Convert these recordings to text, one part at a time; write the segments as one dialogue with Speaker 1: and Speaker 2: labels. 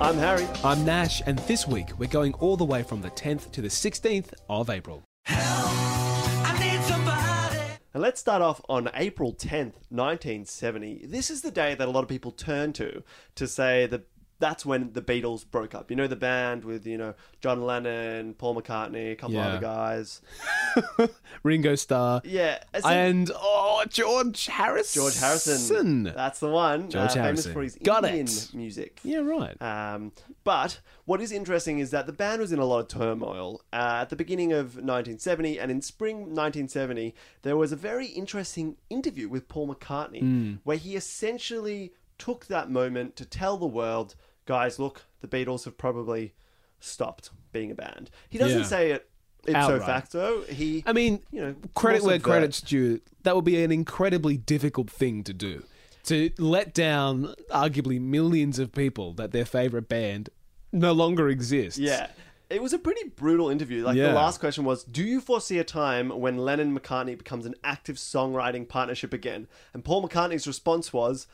Speaker 1: I'm Harry.
Speaker 2: I'm Nash, and this week we're going all the way from the 10th to the 16th of April.
Speaker 1: And let's start off on April 10th, 1970. This is the day that a lot of people turn to to say that that's when the Beatles broke up. You know, the band with, you know, John Lennon, Paul McCartney, a couple
Speaker 2: Yeah.
Speaker 1: other guys.
Speaker 2: Ringo Starr
Speaker 1: Yeah. it's-
Speaker 2: and oh, George Harrison.
Speaker 1: George Harrison. That's the one. uh,
Speaker 2: George
Speaker 1: famous
Speaker 2: Harrison.
Speaker 1: for his
Speaker 2: Got
Speaker 1: Indian
Speaker 2: it.
Speaker 1: music.
Speaker 2: yeah, right.
Speaker 1: Um, but what is interesting is that the band was in a lot of turmoil uh, at the beginning of 1970, and in spring 1970, there was a very interesting interview with Paul McCartney
Speaker 2: Hmm.
Speaker 1: where he essentially took that moment to tell the world, guys, look, the Beatles have probably stopped being a band. He doesn't
Speaker 2: Yeah.
Speaker 1: say it ipso
Speaker 2: Outright.
Speaker 1: facto. He,
Speaker 2: I mean,
Speaker 1: you know,
Speaker 2: credit
Speaker 1: more
Speaker 2: where
Speaker 1: subvert.
Speaker 2: credit's due. That would be an incredibly difficult thing to do. To let down arguably millions of people that their favourite band no longer exists.
Speaker 1: Yeah. It was a pretty brutal interview. Like
Speaker 2: Yeah.
Speaker 1: the last question was, do you foresee a time when Lennon McCartney becomes an active songwriting partnership again? And Paul McCartney's response was,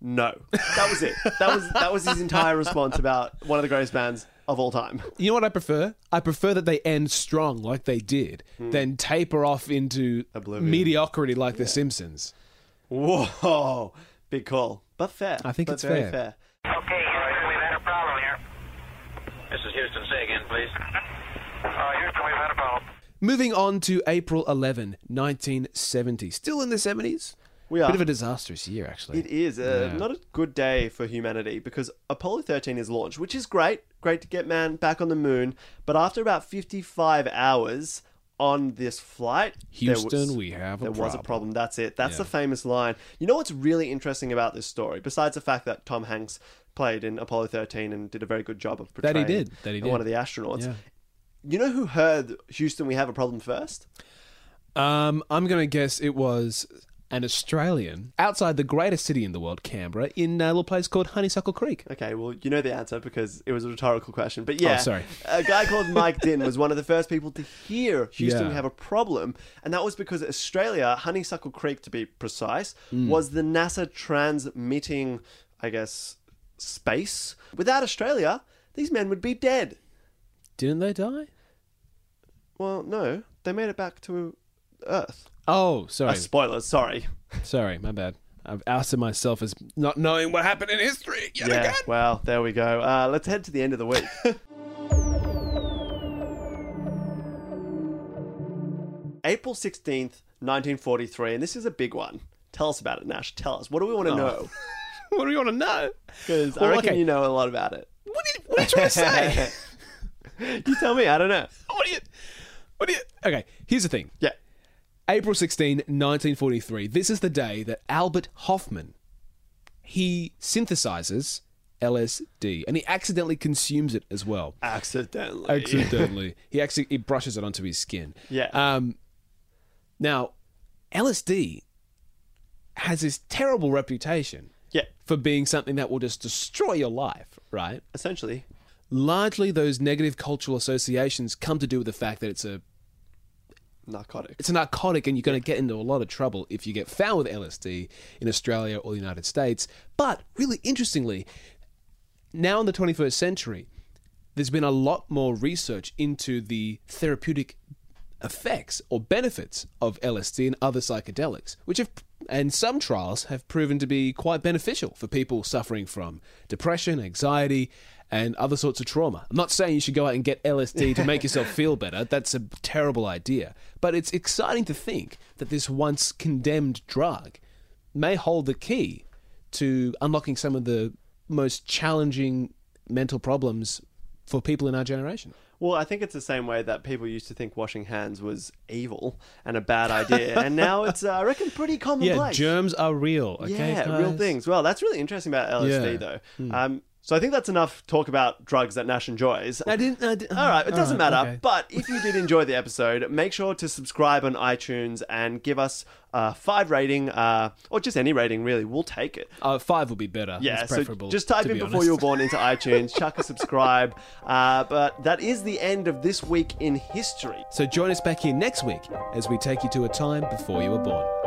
Speaker 1: no. That was it. that was that was his entire response about one of the greatest bands of all time.
Speaker 2: You know what I prefer? I prefer that they end strong like they did, then taper off into
Speaker 1: Hmm. Oblivion.
Speaker 2: mediocrity like The Simpsons.
Speaker 1: Whoa, big call, but fair.
Speaker 2: I think
Speaker 1: but
Speaker 2: it's
Speaker 1: very
Speaker 2: fair.
Speaker 1: fair.
Speaker 3: Okay, Houston, we've had a problem here.
Speaker 4: This is Houston. Say again, please.
Speaker 3: Uh, Houston, we've had a problem.
Speaker 2: Moving on to April 11, 1970. Still in the 70s?
Speaker 1: We are.
Speaker 2: Bit of a disastrous year, actually.
Speaker 1: It is uh,
Speaker 2: Yeah.
Speaker 1: not a good day for humanity because Apollo 13 is launched, which is great. Great to get man back on the moon. But after about 55 hours on this flight, there was-
Speaker 2: Houston, we have a
Speaker 1: there was a
Speaker 2: problem.
Speaker 1: problem. That's it. That's the
Speaker 2: Yeah.
Speaker 1: famous line. You know what's really interesting about this story, besides the fact that Tom Hanks played in Apollo 13 and did a very good job of
Speaker 2: That
Speaker 1: portraying
Speaker 2: he did. That he did.
Speaker 1: one of the astronauts.
Speaker 2: Yeah.
Speaker 1: You know who heard Houston, we have a problem first?
Speaker 2: Um, I'm going to guess it was an Australian outside the greatest city in the world, Canberra, in a little place called Honeysuckle Creek.
Speaker 1: Okay, well, you know the answer because it was a rhetorical question. But yeah,
Speaker 2: Oh, sorry.
Speaker 1: a guy called Mike Din was one of the first people to hear Houston
Speaker 2: Yeah.
Speaker 1: we have a problem, and that was because Australia, Honeysuckle Creek to be precise,
Speaker 2: Hmm.
Speaker 1: was the NASA transmitting, I guess, space. Without Australia, these men would be dead.
Speaker 2: Didn't they die?
Speaker 1: Well, no, they made it back to Earth.
Speaker 2: Oh, sorry.
Speaker 1: Uh, spoilers, sorry.
Speaker 2: sorry, my bad. I've ousted myself as not knowing what happened in history yet
Speaker 1: Yeah,
Speaker 2: again.
Speaker 1: well, there we go. Uh, let's head to the end of the week. April 16th, 1943, and this is a big one. Tell us about it, Nash. Tell us. What do we want to know?
Speaker 2: What do you want to know?
Speaker 1: Because
Speaker 2: Oh. Well,
Speaker 1: I reckon
Speaker 2: okay.
Speaker 1: you know a lot about it.
Speaker 2: What are you, what are you trying to say?
Speaker 1: You tell me. I don't know.
Speaker 2: what are you? What are you? Okay, here's the thing.
Speaker 1: Yeah.
Speaker 2: April 16, 1943. This is the day that Albert Hoffman he synthesizes LSD and he accidentally consumes it as well.
Speaker 1: Accidentally.
Speaker 2: Accidentally, he actually he brushes it onto his skin.
Speaker 1: Yeah.
Speaker 2: Um. Now, LSD has this terrible reputation.
Speaker 1: Yeah.
Speaker 2: For being something that will just destroy your life, right?
Speaker 1: Essentially.
Speaker 2: largely those negative cultural associations come to do with the fact that it's a
Speaker 1: Narcotics.
Speaker 2: it's a narcotic and you're going to get into a lot of trouble if you get found with LSD in Australia or the United States. But really interestingly, now in the 21st century, there's been a lot more research into the therapeutic effects or benefits of LSD and other psychedelics, which have and some trials have proven to be quite beneficial for people suffering from depression, anxiety, and other sorts of trauma. I'm not saying you should go out and get LSD to make yourself feel better. That's a terrible idea. But it's exciting to think that this once condemned drug may hold the key to unlocking some of the most challenging mental problems for people in our generation.
Speaker 1: Well, I think it's the same way that people used to think washing hands was evil and a bad idea, and now it's, uh, I reckon, pretty
Speaker 2: Yeah,
Speaker 1: commonplace.
Speaker 2: germs are real. Okay,
Speaker 1: Yeah, real
Speaker 2: guys?
Speaker 1: things. Well, that's really interesting about LSD,
Speaker 2: Yeah. Hmm.
Speaker 1: though. Um, so I think that's enough talk about drugs that Nash enjoys.
Speaker 2: I didn't. I didn't uh,
Speaker 1: All right, it doesn't matter.
Speaker 2: okay.
Speaker 1: But if you did enjoy the episode, make sure to subscribe on iTunes and give us a five rating, uh, or just any rating really. We'll take it.
Speaker 2: Uh, five would be better.
Speaker 1: Yeah,
Speaker 2: It's
Speaker 1: so
Speaker 2: preferable.
Speaker 1: just type
Speaker 2: to
Speaker 1: in
Speaker 2: be
Speaker 1: before
Speaker 2: honest.
Speaker 1: you were born into iTunes, chuck a subscribe. Uh, but that is the end of this week in history.
Speaker 2: So join us back here next week as we take you to a time before you were born.